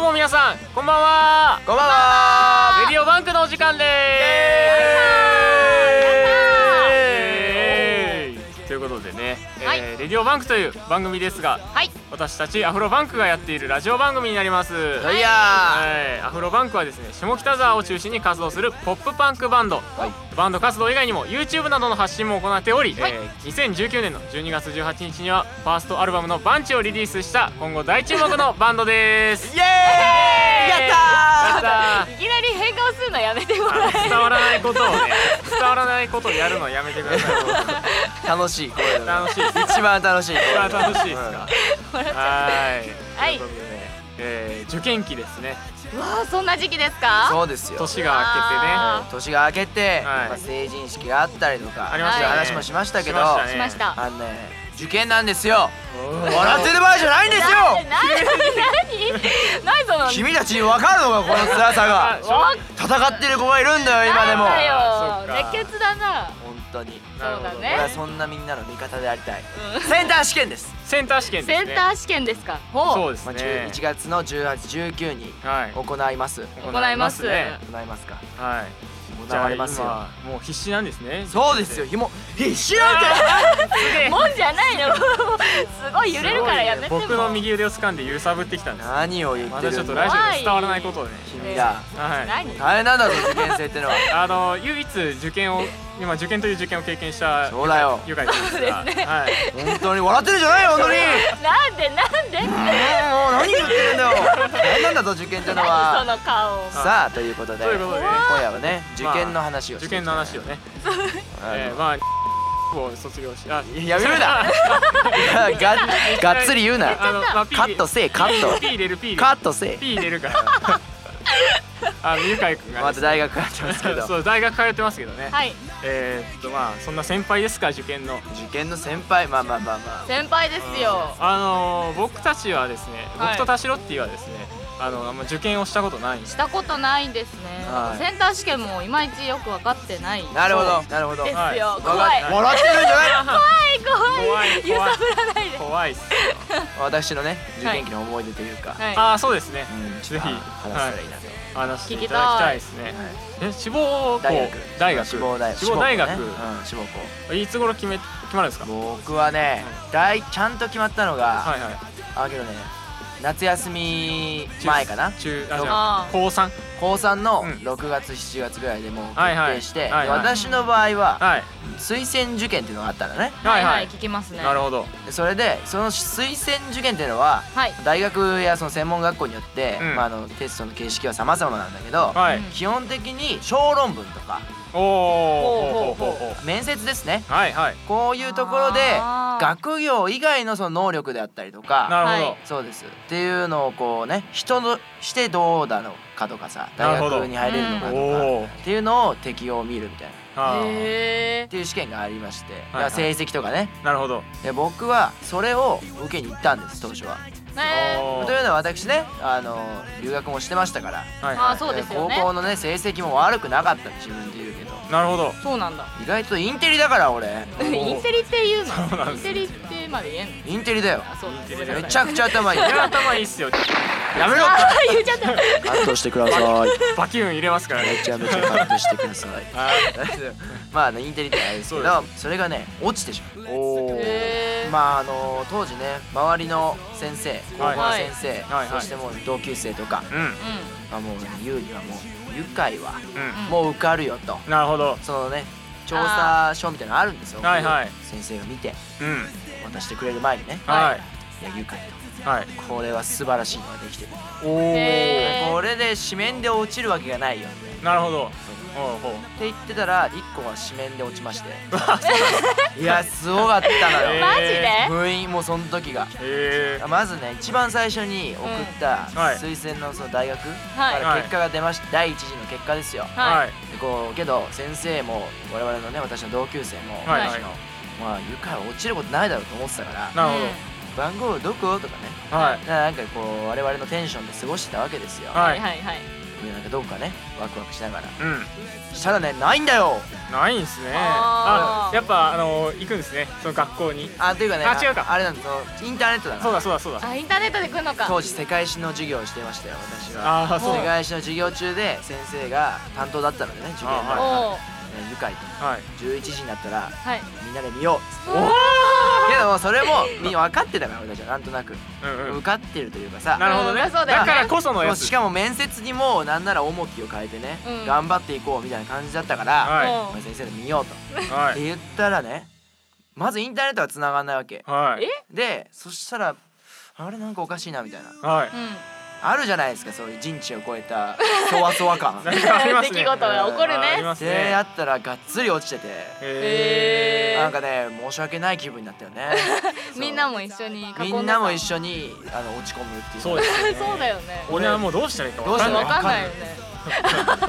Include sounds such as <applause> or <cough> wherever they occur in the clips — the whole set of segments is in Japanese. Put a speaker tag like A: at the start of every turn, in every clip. A: も皆さんこんばんは
B: こんばんは
A: レディオバンクのお時間で
B: イエーイ
A: すということでね、えー
C: はい
A: レディオバンクという番組ですが
C: はい
A: 私たちアフロバンクがやっているラジオ番組になります
B: ドイヤ
A: はい、アフロバンクはですね下北沢を中心に活動するポップパンクバンド、バンド活動以外にも YouTube などの発信も行っており、
C: はい
A: えー2019年の12月18日にはファーストアルバムの「バンチ」をリリースした今後大注目のバンドで
B: ー
A: す
B: イエーイやったー
A: やっ
C: いきなり変顔するのやめても
A: た
C: ら
A: ー
C: え
A: 伝わらないことをね伝わらないことをやるのやめてくださ
B: 楽しいこれ
A: い楽しいです
B: 一番楽しい
A: 一番楽しいです
B: うん
A: か
C: 笑っちゃ
A: はい
C: はい
A: ということでねえー受験期ですね
C: うわあそんな時期ですか
B: そうですよ
A: 年が明けてね
C: あ
B: 年が明けて、
A: はい
B: まあ、成人式があったりとか
A: ありましたよね
B: 話もしましたけど
A: しま
C: ーしまし
A: ね
C: た
B: あのね受験なんですよ
A: おー
B: 笑ってる場合じゃないんですよ
C: なな何何その
B: 君たちに分かるのかこの辛さが
C: わっ
B: 戦ってる子がいるんだよ今でも
C: なんだ
A: あーそっか
C: よ熱血だな
B: 本当に
A: なるほど
C: そうだね
B: 俺はそんなみんなの味方でありたい
C: うん
B: センター試験です、
A: センター試験です
C: セ
A: ね
C: ンター試験ですか
A: そう
C: ほう
A: です
B: まあ、
A: ね
B: 11月の1819に
A: はい
B: 行います
C: 行います
A: ね
B: 行いますか
A: はいじ
B: 行
A: ゃあ
B: われますよ
A: 今もう必死なんですね
B: そうですよひも必死なん
A: <laughs>
B: て
C: もんじゃないのすごい揺れるからやめても
A: 僕の右腕を掴んで揺さぶってきたんです
B: 何を言っ
A: ま
B: て
A: たちょっ
B: るん
A: と
B: だ
A: ラジオで伝わらないことをね
B: 君ら
A: はい
C: 何
B: 大変なんだぞ受験生ってのは
A: <laughs> あの唯一受験
B: <laughs>
A: を今受験という受験を経験した
B: そうだよ
A: ゆかりさんですが
C: そうですね
A: はい
B: 本当に笑ってるじゃないよ本
A: <laughs>
B: 当に
C: なんでなんで
B: もう何言ってるんだよ何なんだぞ受験っての
C: 何そ
A: <laughs>
B: は
C: の顔
B: さあということで
A: ということでね
B: 今夜はね受験の話をし
A: 受
B: てい
A: 験
B: きたい
A: の話をね
B: あ <laughs>
A: えー
B: の
A: まあを卒業しあ
B: やめるな
A: <laughs>
B: ががっつり言うな
A: あのまあ P
B: カットせえカット
A: P 入れる P 入れる
B: カットせえ
A: P 入れるから
B: <laughs>
A: あのゆかりくんがね
B: また大学入ってますけ
A: <laughs>
B: ど
A: そう大学通ってますけどね
C: はい
A: えーっとまあそんな先輩ですか受験の
B: 受験の先輩まあまあまあまあ
C: 先輩ですよ
A: あのー僕たちはですね、
C: は
A: 僕
C: い
A: と田代っていうはですねあのあんま受験をしたことないんで
C: したことないんですね、
A: はい
C: センター試験もいまいちよく分かってないですよ
B: なるほどなるほど
C: 怖い
B: わ
A: はい
C: 怖
B: か
C: い
B: っ
C: 怖
B: 笑
C: い
B: ってるんじゃない
C: 怖
A: 怖い
C: い揺さぶらないで
A: 怖いっす、
B: <laughs> 私のね受験期の思い出というか
C: はい
A: ああそうですね
B: うん
A: ぜひ
B: 話せたらいいなと
A: 話していただきたいですねえ志望校
B: 大学
A: 大学
B: 志望大学
A: 志望大学
B: 志望校ねうん志望校
A: いつ頃決め決まるんですか
B: 僕はね大ちゃんと決まったのが
A: はいはい
B: あけどね夏休み
A: 中
B: 前かな
A: 中あじゃあ
C: あー
A: 高三
B: 高三の
A: うん
B: 6月7月ぐらいでもう決
A: はいはい
B: 定してで
A: はいはい
B: 私の場合は
A: はい
B: 推薦受験っていうのがあったんだね
A: はいはい
C: 聞きますね
A: なるほど
B: でそれでその推薦受験っていうのは
C: はい
B: 大学やその専門学校によって、
A: うん
B: まあ、あのテストの形式は様々なんだけど、
A: はい
C: うん
B: 基本的に小論文とか
A: おお
C: ほうほうほう
B: 面接ですね
A: はいはい
B: こういうところで
C: あー
B: 学業以外のその能力であったりと
A: な
B: か
A: るほど、
C: はい
B: そうですっていうのをこうね人のしてどうなのかとかさ
A: な
B: 大
A: るほど
B: 学に入れるのかとか
A: おお
B: っていうのを適用を見るみたいなっ
A: あー
C: へえ
B: ていう試験がありまして、
A: はいはい
B: 成績とかね
A: なるほど
B: で僕はそれを受けに行ったんです当初は。
C: ね
A: おー
B: というのは私ねあの留学もしてましたから
A: はい
C: あ
A: は
C: ーそうですよね
B: 高校のね成績も悪くなかった自分で言うけど
A: いなるほど
C: そうなんだ
B: 意外とインテリだから俺
A: おー
C: インテリって言う
A: そうな
C: の
A: んで
C: イン
A: す
C: テリってまで言えんの
B: インテリだよ
C: あそうなん
A: インテリ
B: め
A: だ
B: ちゃくちゃ頭いい
A: いや
B: や
A: 頭いいっすよ
B: め
C: <laughs>
B: ろ
C: あー言っちゃった
B: カットしてください
A: バキュン入れますからね
B: めちゃめちゃカットしてください
A: はい
B: まああのインテリってあれですけど
A: そ
B: それがね落ちてしまう
A: おお
C: へー
B: まああの当時ね周りの先生高校の先生、
A: はいはい
B: そしてもう同級生とか、
A: うんうん
C: う
B: まあ、もう優にはもう愉快はもう受かるよと
A: なるほど
B: そのね調査書みたいなのあるんですよ
A: はいはい
B: 先生が見て
A: うん
B: 渡してくれる前にね
A: はい
B: いや愉快
A: はい
B: とこれは素晴らしいのができてる
A: お
C: へ
A: お
C: えー
B: これで紙面で落ちるわけがないよって
A: なるほどおうほう
B: 言ってたら1個は紙面で落ち
A: <laughs>
B: ましていやすごかったの
A: え
C: ん
A: ー
B: よ
C: マジで
B: 部員もその時が
A: え
B: まずね一番最初に送った
A: うんはい
B: 推薦のその大学か
C: はい
B: ら結果が出まして第一次の結果ですよ
A: ーは
C: はい
B: でこうけど先生も我々のね私の同級生も
A: はい
B: 私のまあ愉快は落ちることないだろうと思ってたから
A: なる
B: 番号どことかね
A: ほどはい
B: なんかこう我々のテンションで過ごしてたわけですよ
A: は
C: はいいはいはい
B: でなんかどこかねワクワクしながら
A: うん
B: したらねないんだよ
A: ないんですね
C: あ
A: あ
C: ー
A: やっぱあの行くんですねその学校に
B: あというかね
A: あ違うか
B: あれなんですそのインターネットだ
A: そう
B: な
A: だそうだそうだ
C: あインターネットで来るのか
B: 当時世界史の授業をしてましたよ私は
A: ああそう
B: 世
A: だ
B: 界史の授業中で先生が担当だったのでね授業の、
A: あ
C: おお
B: えー愉快と
A: はい
B: 11時になったら
C: はい
B: みんなで見よう
A: お
B: けどそれもみんな分かってたから俺たちはなんとなく
A: おうんう
B: 受
A: ん
B: かってるというかさ
A: なるほどね
C: うんそうだよ
A: だ
C: ね
A: からこその
B: も
A: や
B: う
A: つ
B: しかも面接にもなんなら重きを変えてね、
C: うん
B: 頑張っていこうみたいな感じだったから、
A: はい
C: お
B: まあ先生で見ようと、
A: は
B: って
A: い
B: 言ったらねまずインターネットは繋がんないわけ
A: はい
C: え
B: でそしたらあれなんかおかしいなみたいな
C: <laughs>
A: はい
C: うん
B: あるじゃないですかそういう人知を超えたそわそわ
A: <laughs>
B: 感
A: なんかありますね
C: 出来事が起こるね
A: ああります
B: でや
A: ね
B: ったらがっつり落ちてて、
A: へ
C: えー
B: なんかね申し訳ない気分になった
A: <laughs>
B: よねそう
C: みんなも一緒に囲んでさ
B: みんなも一緒にあの落ち込むっていう
A: そうですよね
C: そうだよね
A: 俺はもうどうしたらいいかわかんな
B: どう
A: い
B: した
C: わ
B: ら
C: かんないよね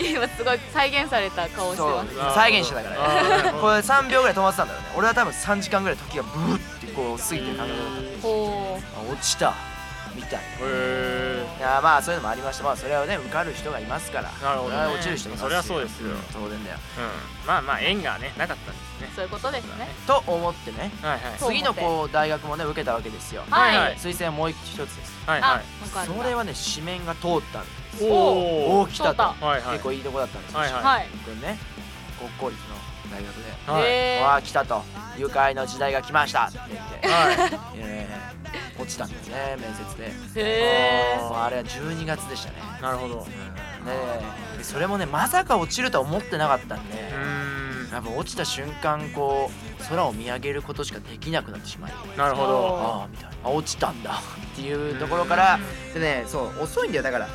C: 今すごい再現された顔して
B: そ
C: ま
B: う
C: す
B: 再現してたからね
A: あー
B: これ3秒ぐらい止まってたんだよね俺は多分3時間ぐらい時がブーってこう過ぎてる感覚だっ
C: ほ
B: たあ落ちたみたい
A: へ
B: ないやまあそういうのもありましたまあそれはね受かる人がいますから
A: なるほどね
B: それは落ちる人いますよ
A: そりゃそうですよ
B: ん当然だよ
A: うんまあまあ縁がねなかったんですね
C: うそういうことですね
B: と思ってね
A: はいはい
C: そう思って
B: 次のこう大学もね受けたわけですよ
C: はい
A: はい
B: 推薦もう一つです
A: はい
C: あ
A: は
C: なんかあった
B: それはね紙面が通ったんで
A: い
B: お
A: お
B: お
A: ー
B: 来た
C: 通っ
B: と
A: おはいはい
B: 結構いいとこだったんですよ
A: はいはい
C: はい
B: これね国公立の大学で
A: はい
C: へ
B: わ
C: ー
B: あ来たと誘拐の時代が来ましたって言って
A: はい
B: えー落ちたんですね面接で
C: へ
A: あ
C: ー
A: ー
B: もうあれは12月でしたね
A: なるほどう
B: ねえでそれもねまさか落ちるとは思ってなかったんで
A: ーん
B: やっぱ落ちた瞬間こう空を見上げることしかできなくなってしまい
A: なるほど
B: ああみたいなあ落ちたんだっていうところからでねそう遅いんだよだから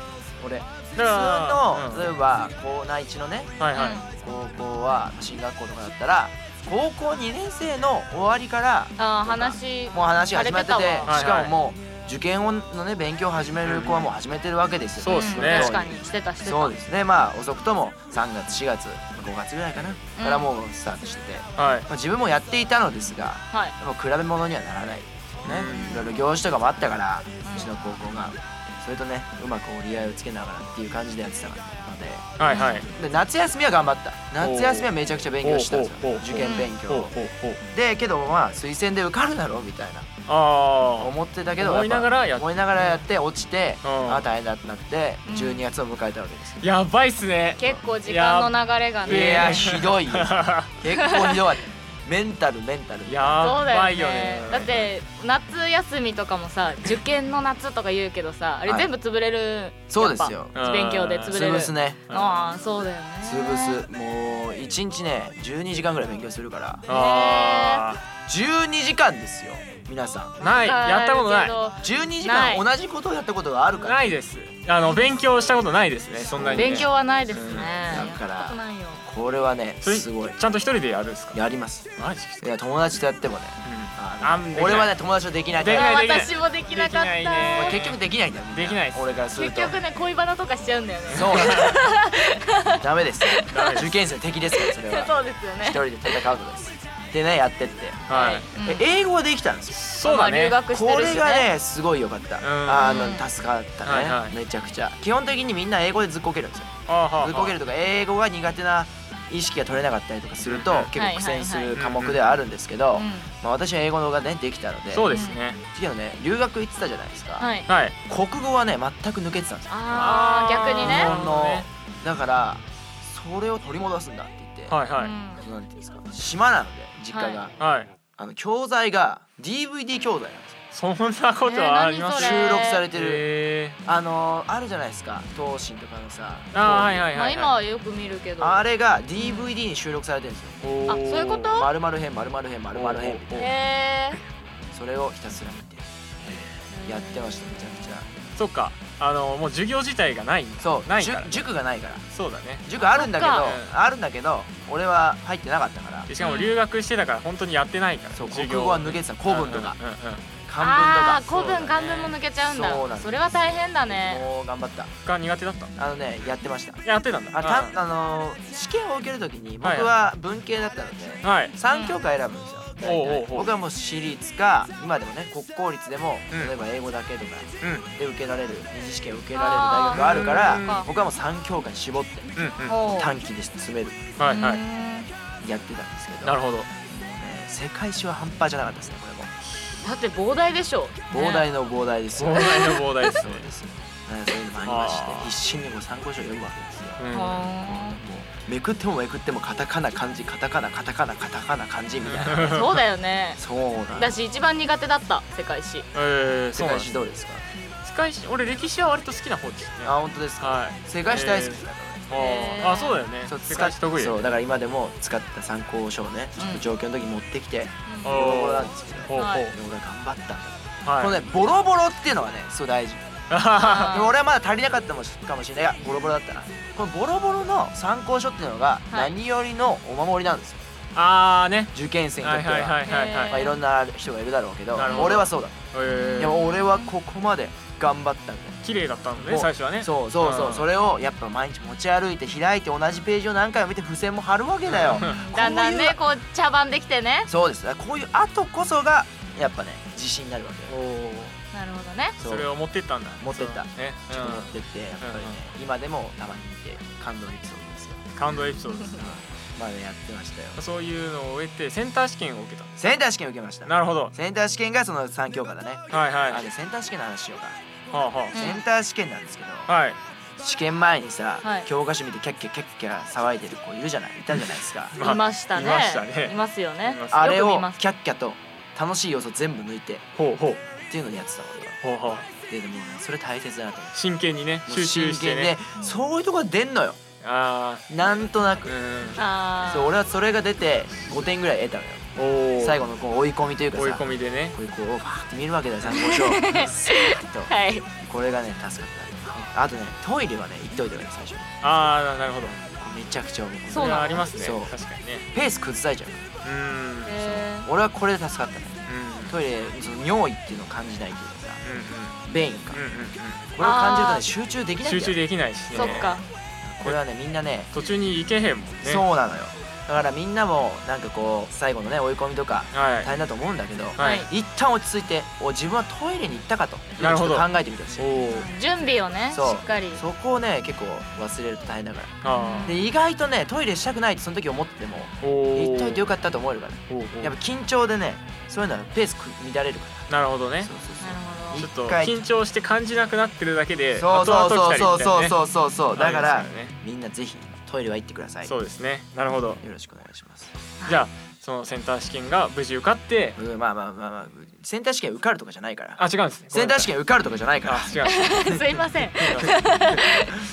B: 俺普通
A: だから
B: の例えば校内一のね
A: うんはいはい
B: 高校は進学校とかだったら高校2年生の終わりから
C: あー話
B: もう話始まってて
C: されて
A: たわ
B: しかももう受験をのね勉強を始める子はもう始めてるわけですよ、
A: そうっすね
C: ん確かにしてたしてた
B: そうですねまあ遅くとも3月4月5月ぐらいかな、からもうスタートしてて、
A: はい
B: まあ、自分もやっていたのですが
C: はい
B: でも比べ物にはならないね
A: うん
B: いろいろ業種とかもあったから
C: ん
B: うちの高校がそれとねうまく折り合いをつけながらっていう感じでやってたので
A: はいはい
B: で夏休みは頑張った夏休みはめちゃくちゃ勉強してたんです
A: ほう
B: よ
A: ほうほ
B: 受
A: う
B: 験勉
A: ほう
B: 強
A: ほうほう
B: でけどまあ推薦で受かるだろうみたいな
A: あ
B: 思ってたけど
A: 思いながらやっ
B: っぱ思いながらやって落ちて
A: うん
B: ああ大変だってなって
C: うん
B: 12月を迎えたわけですよ
A: あやばいっすね
C: 結構時間の流れが
A: うん
B: い
C: ね
B: やひど <laughs> いよ結構ひどいメンタルメンタル
C: そう
A: や
C: だ
A: ば
C: よ
A: いよ
C: ね
A: ね
C: だって夏休みとかもさ受験の夏とか言うけどさあれ
B: はい
C: 全部潰れる
B: そうですよ
C: やっぱ勉強で潰れる
B: 潰すね
C: ああそうだよね
B: 潰すもう1日ね12時間ぐらい勉強するから
A: あ
B: 12時間ですよ皆さん
A: あないやったことない
B: 12時
C: な
B: 間
C: い
B: 同じことをやったことがあるから
A: ないですあの勉強したことないですねそんなにね
C: 勉強はないですね
A: うん
B: だから
C: やったことないよ
B: これはね
A: それ
B: すごい
A: ちゃんと一人でやるんですか
B: やります
A: マジっす
B: い
A: か
B: や友達とやってもね
A: う
B: あの
A: あんできない
B: 俺はね友達とできないか
A: できな
B: ら
A: い
C: あ私もでき
A: で
C: なかっ
A: き
C: た
A: ないね
B: 結局できないんだよみんな
A: できないです
B: 俺からする
C: 結
B: と
C: 局ね恋バナとかしちゃうんだよね
B: そうなんだダメです
A: ダメです
B: 受験生の敵ですからそれは
C: そうですよ
B: 一
C: ね
B: 人で戦うのですでねやってって
A: んはい
C: うん
B: え英語はできたんですよ
A: そうだ
C: まあ留
A: ね
C: 学して
B: こ
C: る
B: れ
C: し
B: が
C: ね
B: ねすごい良かった
A: ん
B: あの助かったね、
A: はいはい
B: めちゃくちゃ基本的にみんな英語でずっこけるんですよ
A: ああはあ
B: ずっこけるとか英語が苦手な意識が取れなかったりとかすると
A: うんうん
B: 結構苦戦す
C: はい
A: は
B: る
A: い
B: 科
A: はい
B: 目ではあるんですけど、
C: うん
B: まあ、私は英語がねできたので
A: そうですね
B: 次のね留学行ってたじゃないですか、
C: はい
A: はい
B: 国語はね全く抜けてたんですよ
C: あー逆に
B: 日
A: な
C: ね
A: る
B: 本
A: ほど
B: の
A: ね
B: だからそれを取り戻すんだって言って、
A: はいは
C: う
A: い
C: ん
B: なんていうんですか島なので実家が、
C: は
A: は
C: い
A: い
B: あの教材が DVD 教材なんですよ
A: そんなことはあります
C: えー何それ
B: 収録されてる
A: へ
B: あのーあるじゃないですか東進とかのさ
A: ーあーはいはい
C: まあ
A: はい
C: 今
A: はい
C: はよく見るけど
B: あれが DVD に収録されてるんですよ
A: おー
C: あそういうこと
B: 丸々編丸々編丸々編
A: おー
C: へえ
B: それをひたすら見てやってましためちゃくちゃ
A: そっかあのもう授業自体がないんだ
B: そう
A: ないから
B: 塾塾がないから
A: そうだね
B: 塾あるんだけど
C: そっ
B: あるんだけど俺は入ってなかったから
A: でしかも留学してたから本当にやってないから
B: そう
A: 授
B: 国
A: 業
B: 語は抜けてた古文とか
A: うんうんうんうん
B: 漢文
C: あー
B: とか
C: 古文漢文も抜けちゃうんだ
B: そうなんです
C: それは大変だね
B: もう頑張った
A: が苦手だった
B: あのねやってました
A: やってたんだ
B: あれたあのー試験を受けるときに僕は文系だったので
A: はい
B: 3教科選ぶんですよ大
A: おうおう
B: 体
A: おう
B: 僕はもう私立か今でもね国公立でも
A: うん
B: 例えば英語だけとか
A: うんうん
B: で受けられる二次試験を受けられる大学があるから
A: あ
C: ー
B: 僕はもう3教科に絞って
A: うん
C: ほう
B: 短期で詰める
A: はいは
C: う
A: い
C: ーん
B: やってたんですけど
A: なるほど
B: ね世界史は半端じゃなかったですねこ
C: だって膨大でしょ
B: れも膨大の膨大ですよ
A: 膨大の膨大です
B: そう
A: ね
B: ですよねそういうのもありまし
A: あー
B: て一心にもう参考書を読むわけですよ <laughs>
A: うん
C: あ
B: もうめくってもめくってもカタカナ漢字カタカナカタカナカタカナ漢字みたいな
C: ーそうだよね
B: そうなんです
C: 私一番苦手だった世界史
A: えー、そ
B: 世
A: うなん
B: 界
A: です
B: 史どうですか
A: 世界史俺歴史は割と好きな方ですね
B: あ本当ですか
A: はい
B: 世界史大好きだか
A: あーあそうだよね
B: らそう
A: 世界史得意だ
B: そ
A: よ
B: うだから今でも使った参考書をねちょっと状況の時持ってきて
A: お
B: ボ
A: ー
B: ロボロなんですけど
A: ほうほう
C: はい
B: でも俺頑張ったこの
A: はい
B: ねボロボロっていうのはねそう大事
A: あ
B: でも俺はまだ足りなかったもしかもしれないがボロボロだったなこのボロボロの参考書っていうのが
C: はい
B: 何よりのお守りなんですよ
A: <laughs> あーね
B: 受験生にと
A: は
B: っ
A: い
B: て
A: はい
B: は
A: はいはいはい
B: まあいろんな人がいるだろうけど
A: なるほど
B: 俺はそうだ
A: え
B: いや
A: ー、
B: 俺はここまで頑張ったんだ
A: 綺麗だったの
B: も
A: ね
B: う
A: 最初はね
B: そうそうそううんそれをやっぱ毎日持ち歩いて開いて同じページを何回も見て付箋も貼るわけだよ
C: だんだん
B: こうい
C: ね
B: う
C: こう茶番できてね
B: そうですだからこういう後こそがやっぱね自信になるわけよ
A: おお
C: なるほどね
B: そう
A: それを持ってったんだ
B: 持ってった
A: そうね、
B: ちょっと持ってってやっぱりね今でもたまに見て感動できそうですよ
A: うん、感動エピソードですね
B: まあねやってましたよ
A: そういうのを終えてセンター試験を受けた
B: センター試験受けました
A: なるほど
B: センター試験がその3教科だね
A: はいはい
B: あ
A: は
B: でセンター試験の話しようか
A: あ、は
C: うん
B: センター試験なんですけど
A: あ、はい
B: 試験前にさ
C: はい
B: 教科書見てキャッキャキャッキャ騒いでる子いるじゃないいたじゃないですか
A: まあ
C: いました
A: い
C: ね
A: ましたね
C: いますよね
A: います
B: あれ
C: よく
B: を
C: 見ます
B: キャッキャと楽しい要素全部抜いてっ
A: ほうほう
B: ていうのにやってたの俺は
A: ほうほう
B: ででもねそれ大切だなと思って
A: 真剣にね集中してね
B: もう真剣でそういうとこが出んのよ
A: あ
B: なんとな
A: あ
B: く
A: う
C: あ
B: そう俺はそれが出て5点ぐらい得たのよ
A: んおお
B: 最後のこう追い込みというかさ
A: 追い込みでね
B: こういうこうバーって見るわけだよ参考書をスーッと
C: はい
B: これがね助かったあとねトイレはね行っといてください最初
A: ああなるほど
B: めちゃくちゃ思う
C: そうなの
A: れはありますね
B: そう
A: 確かにね
B: ペース崩されちゃう
A: うーんうん
C: え
B: 俺はこれで助かったね
A: う
B: トイレその尿意っていうのを感じないというかさ
A: ん
B: 便意か
A: うんうんうん
B: これを感じるとね集中でき
A: うん
B: ないんだ
A: 集
B: よ
A: 中できないし
C: ー
A: ね
C: そっか
B: これはねみんなね
A: 途中に行けへんもんね
B: そうなのよだからみんなもなんかこう最後のね追い込みとか
A: はい
B: 大変だと思うんだけど、
A: はい
C: は
B: 一旦落ち着いてお自分はトイレに行ったかと
A: なるほど
B: ちょっと考えてみてほしい
A: おお
C: 準備をねし
B: そう
C: っかり
B: そこをね結構忘れると大変だから
A: あ
B: で意外とねトイレしたくないってその時思ってても
A: あおお
B: 行っといてよ
A: かっ
B: かったと思えるから
A: た
B: やっぱ緊張でねそういうのはペース乱れるか
A: なるほど
B: ら
A: ね
B: そうそうそう
C: なるほ
A: ちょ
C: ど
A: っと
B: 一回
A: 緊張して感じなくなってるだけで
B: そうそう
A: 後々
B: そう
A: 来たり
B: そ
A: み
B: う
A: たい
B: そ
A: な
B: う
A: ね
B: そうそうそうだか
A: あ
B: ら
A: りますよね
B: みんなぜひトイレは行ってくださいよ
A: そうですねなるほど
B: ろしくお願いします
A: じゃあそのセンター試験が無事受かって
B: うんまあまあまあまあセンター試験受かるとかじゃないから
A: あ違うんですね
B: センター試験受かるとかじゃないから
A: あ違うんですね
C: <laughs> すいません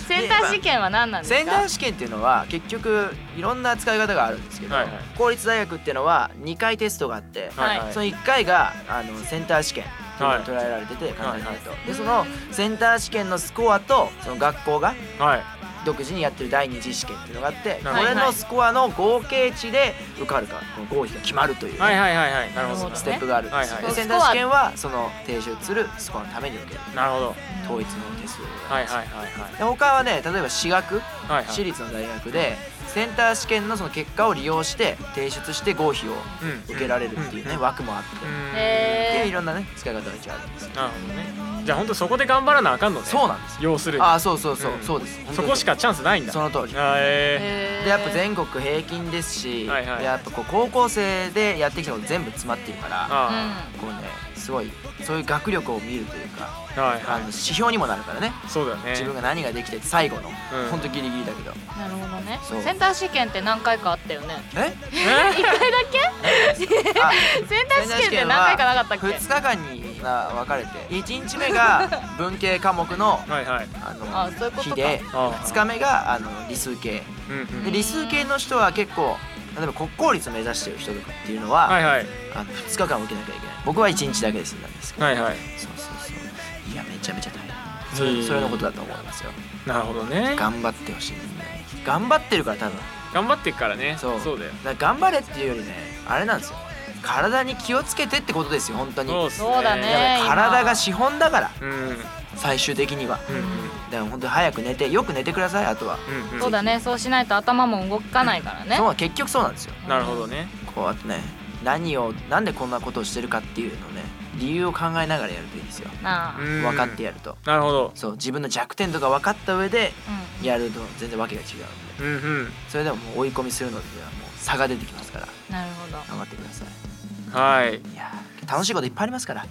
C: センター試験は何なんですか
B: センター試験っていうのは結局いろんな使い方があるんですけど、
A: はいはい
B: 公立大学っていうのは2回テストがあって、
A: はい
C: は
A: はい
B: その1回があのセンター試験というのが捉えられてて、簡単に言うと、でそのセンター試験のスコアとその学校が
A: はい
B: 独自にやってる第二次試験っていうのがあって
A: なるほ
B: こ
A: ど
B: れのスコアの合計値で受かるかこの合否が決まるというね、
A: はいはいはいはいなるほど
C: なるほど
B: ステップがあるんですよ、
A: はいはい
B: でセンター試験はその提出するスコアのために受ける
A: なるほど
B: 統一のテストでござ
A: はいい
B: ま
A: はいはいはい
B: すで他はね例えば私学
A: はいは
B: 私
A: い
B: 立の大学でセンター試験のその結果を利用して提出して合否を
A: うん
B: 受けられるっていうね
A: ん
B: 枠もあっ
A: うん
B: てでい
C: え
B: ろんなね使い方が一応あるんですよ
A: なるほどねじゃあ本当そこで頑張らなあかんのね
B: そうなんですよ
A: 要するに
B: ああそうそうそう
A: うん
B: そうです本当に
A: そこしかチャンスないんだ
B: その通り
A: あえ
C: ー
B: でやっぱ全国平均ですし
A: はいはい
B: やっぱこう高校生でやってきたこと全部詰まってるか
A: ー
B: ら
A: あ
B: こうねすごいそういう学力を見るというか
A: ーはい
B: あ
A: は
B: の指標にもなるからね
A: いそうだよね
B: 自分が何ができて最後の
A: うん
B: ほんとギリギリだけど
C: うんなるほどね
B: そう
C: センター試験って何回かあったよね
B: え
C: 一回だけ
B: あ
C: センター試験って何回かなかったっ
B: 2
C: け
B: 日間にな分かれて1日目が文系科目の
A: えはいはい
B: あ
C: あそういう
B: の
C: こと
B: 日
C: か
B: で
A: あ
B: 2日目があの理数系
A: うんうん
B: で理数系の人は結構例えば国公立を目指してる人とかっていうのは、
A: はいはい
B: あの2日間受けなきゃいけない僕は1日だけで済んだんですけど、
A: はいはい
B: そうそうそういやめちゃめちゃ大変それそれのことだと思いますよ
A: なるほどね
B: 頑張ってほしいみんなに頑張ってるから多分
A: 頑張ってっからね
B: そう
A: そうだよ
B: だから頑張れっていうよりねあれなんですよ体に気をつけてってことですよ本当に
A: そうっ
B: だ
A: すね
C: そうだね
B: から体が
C: 今
B: 資本だから
A: うんうんうん
B: 最終的には
A: うん
B: だから本当に早く寝てよく寝てくださいあとは、
A: うんうん
C: そうだねそうしないと頭も動かないからね
B: そう結局そうなんですよ
A: なるほどね
B: こうやってね何をなんでこんなことをしてるかっていうのをね理由を考えながらやるといいですよ
C: なあ
A: う
C: うん
A: ん
B: 分かってやると
A: なるほど
B: そう自分の弱点とか分かった上でやると全然わけが違うんで
A: うんうん
B: それでももう追い込みするのではもう差が出てきますから
C: なるほど
B: 頑張ってください
A: はい
B: いやー楽しいこといっぱいありますから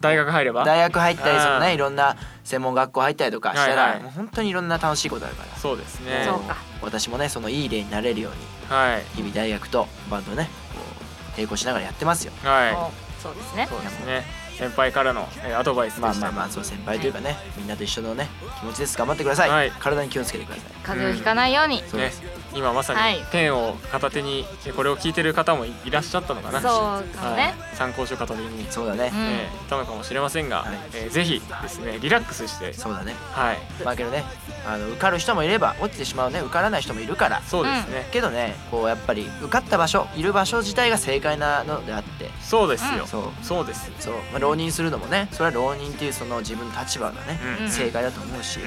A: 大学入れば
B: 大学入ったりその
A: あー
B: ねいろんな専門学校入ったりとかした
A: はいは
B: ら
A: い
B: もう本当にいろんな楽しいことあるから
A: そうですね
C: そうか
B: 私もねそのいい例になれるように
A: はい
B: 日々大学とバンドねこう並行しながらやってますよ
A: は
C: おそうですね
A: いそうですね先輩からのえーアドバイスで
B: まあ
A: した
B: まあまあそう先輩というかねみんなと一緒のね気持ちです頑張ってください、
A: はい
B: 体に気をつけてください
C: 風邪をひかないように、
B: そう
A: ね
B: です、
A: 今まさ
C: は
A: に
C: い
A: ペンを片手にえーこれを聞いてる方もいいらっしゃったのかな
C: そうですね
A: はい参考書片手に
B: そうだね、
C: うん
A: えーいたのかもしれませんが
B: はい
A: えーぜひですねリラックスして
B: そうだね
A: はい
B: まあけどねあの受かる人もいれば落ちてしまうね受からない人もいるから
A: そうですね
B: けどねこうやっぱり受かった場所いる場所自体が正解なのであって
A: そうですよ
B: そう
A: そうです
B: そう、まあ、浪人するのもねそれは浪人っていうその自分の立場がね、
A: うん
C: うん
B: 正解だと思うし、
A: うん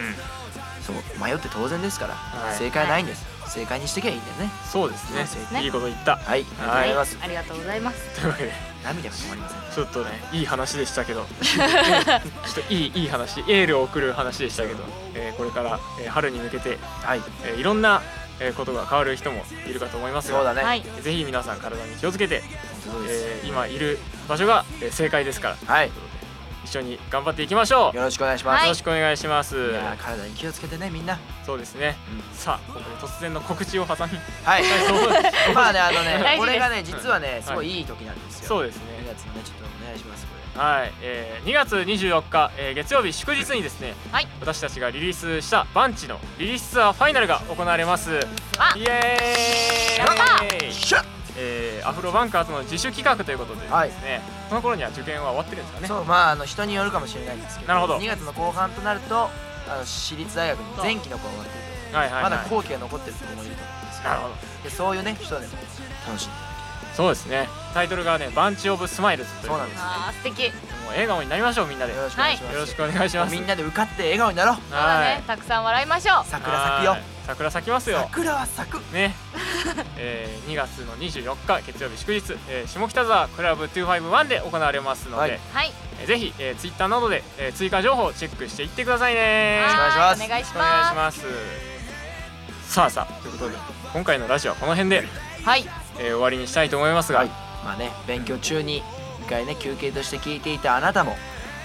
B: そう迷って当然ですから、
A: はい
B: 正解ないんです正解にしてきゃいいんだよね
A: そうですね
B: そうです
C: ね
A: いいこと言った
B: はいありがとうございます、
C: ありがとうございます
A: というわけで
B: 涙が止まりません
A: ちょっとねいい話でしたけどちょっといいいい話エールを送る話でしたけど、えーこれから、えー春に向けて、
B: はい
A: えーいろんな、えーことが変わる人もいるかと思いますが
B: そうだね、
C: はい
A: ぜひ皆さん体に気をつけて、
B: そうです、
A: えー今いる場所が、えー正解ですから
B: はい
A: 一緒に頑張っていきましょう、
B: よろしくお願いします、
C: はい
A: よろしくお願いします
B: いやー体に気をつけてねみんな
A: そうですね、
B: う
A: さあここで突然の告知を挟み
B: はい <laughs> まあねあの
C: 大事で
B: ね
C: す
B: これがね実は
A: はい
B: ねすごいいい時なんですよ
A: そうです
B: 2
A: ね
B: 月のねちょっとお願いしますこれ
A: はい、えー2月24日、えー月曜日祝日にですね、
C: はい
A: 私たちがリリースしたバンチのリリースツアーファイナルが行われます
C: あ
A: イエーイ
C: やった
B: シュッ
A: えーアフロバンカーズの自主企画ということでですね、
B: はい
A: その頃には受験は終わってるんですかね
B: そうまああの人によるかもしれないんですけど
A: なるほど
B: 2月の後半となるとあの私立大学に前期の子が終わってる
A: はいはい、
B: と
A: は
B: ま
A: い、
B: だ後期が残ってる子もいると思うんですよ
A: なるほど
B: でそういうね人でも楽しんで
A: そうですねタイトルがねバンチオブスマイルズという
B: そうなんです
C: あー素敵
A: もう笑顔になりましょうみんなでよ
B: よろしくお願いします、
A: ろしくお願いします
B: みんなで受かって笑顔になろう
C: そうだねたくさん笑いましょう
B: 桜咲くよ
A: はい桜咲きますよ
B: 桜は咲く
A: ね、 <laughs> えー、2月の24日月曜日祝日、えー下北沢クラブ251で行われますので、
B: はい
C: はい
A: えーぜひ、えー、ツイッターなどで、えー追加情報をチェックしていってくださいね
B: しくお願いします
C: はお願いし
A: お願いし
C: ま
A: ますさあさあということで今回のラジオはこの辺で、
C: すはい
A: えー終わりにしたいと思いますが、
B: はいまあね勉強中に一回ね休憩として聞いていたあなたも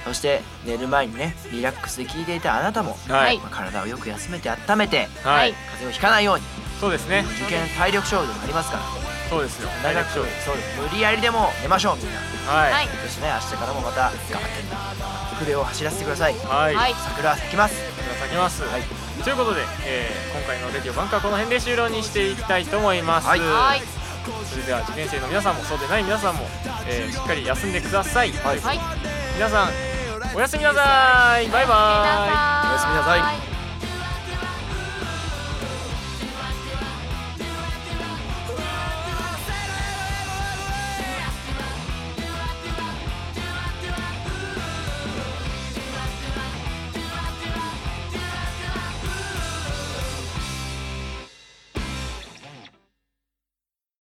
B: そして寝る前にねリラックスで聞いていたあなたも、
A: はい
B: まあ体をよく休めて温めて
A: は
C: はいい
B: 風邪をひかないように
A: そうですね
B: 受験体力勝負でもありますから
A: そうですよ大
B: 長
A: 学
B: く
A: 勝負
B: そうです無理やりでも寝ましょうみんな
A: はい
C: はい
B: そしてね明日からもまた頑張って筆を走らせてください
A: はい、
C: はい
B: 桜は咲きます
A: いただきます、
B: はい
A: ということで、えー今回のレディオバンカーこの辺で終了にしていきたいと思います、
B: はい
C: はい
A: それでは受験生の皆さんもそうでない皆さんも、えーしっかり休んでください、
B: はい
C: はい
A: 皆さんおやすみなさいバイバイ
B: おやすみなさい
C: い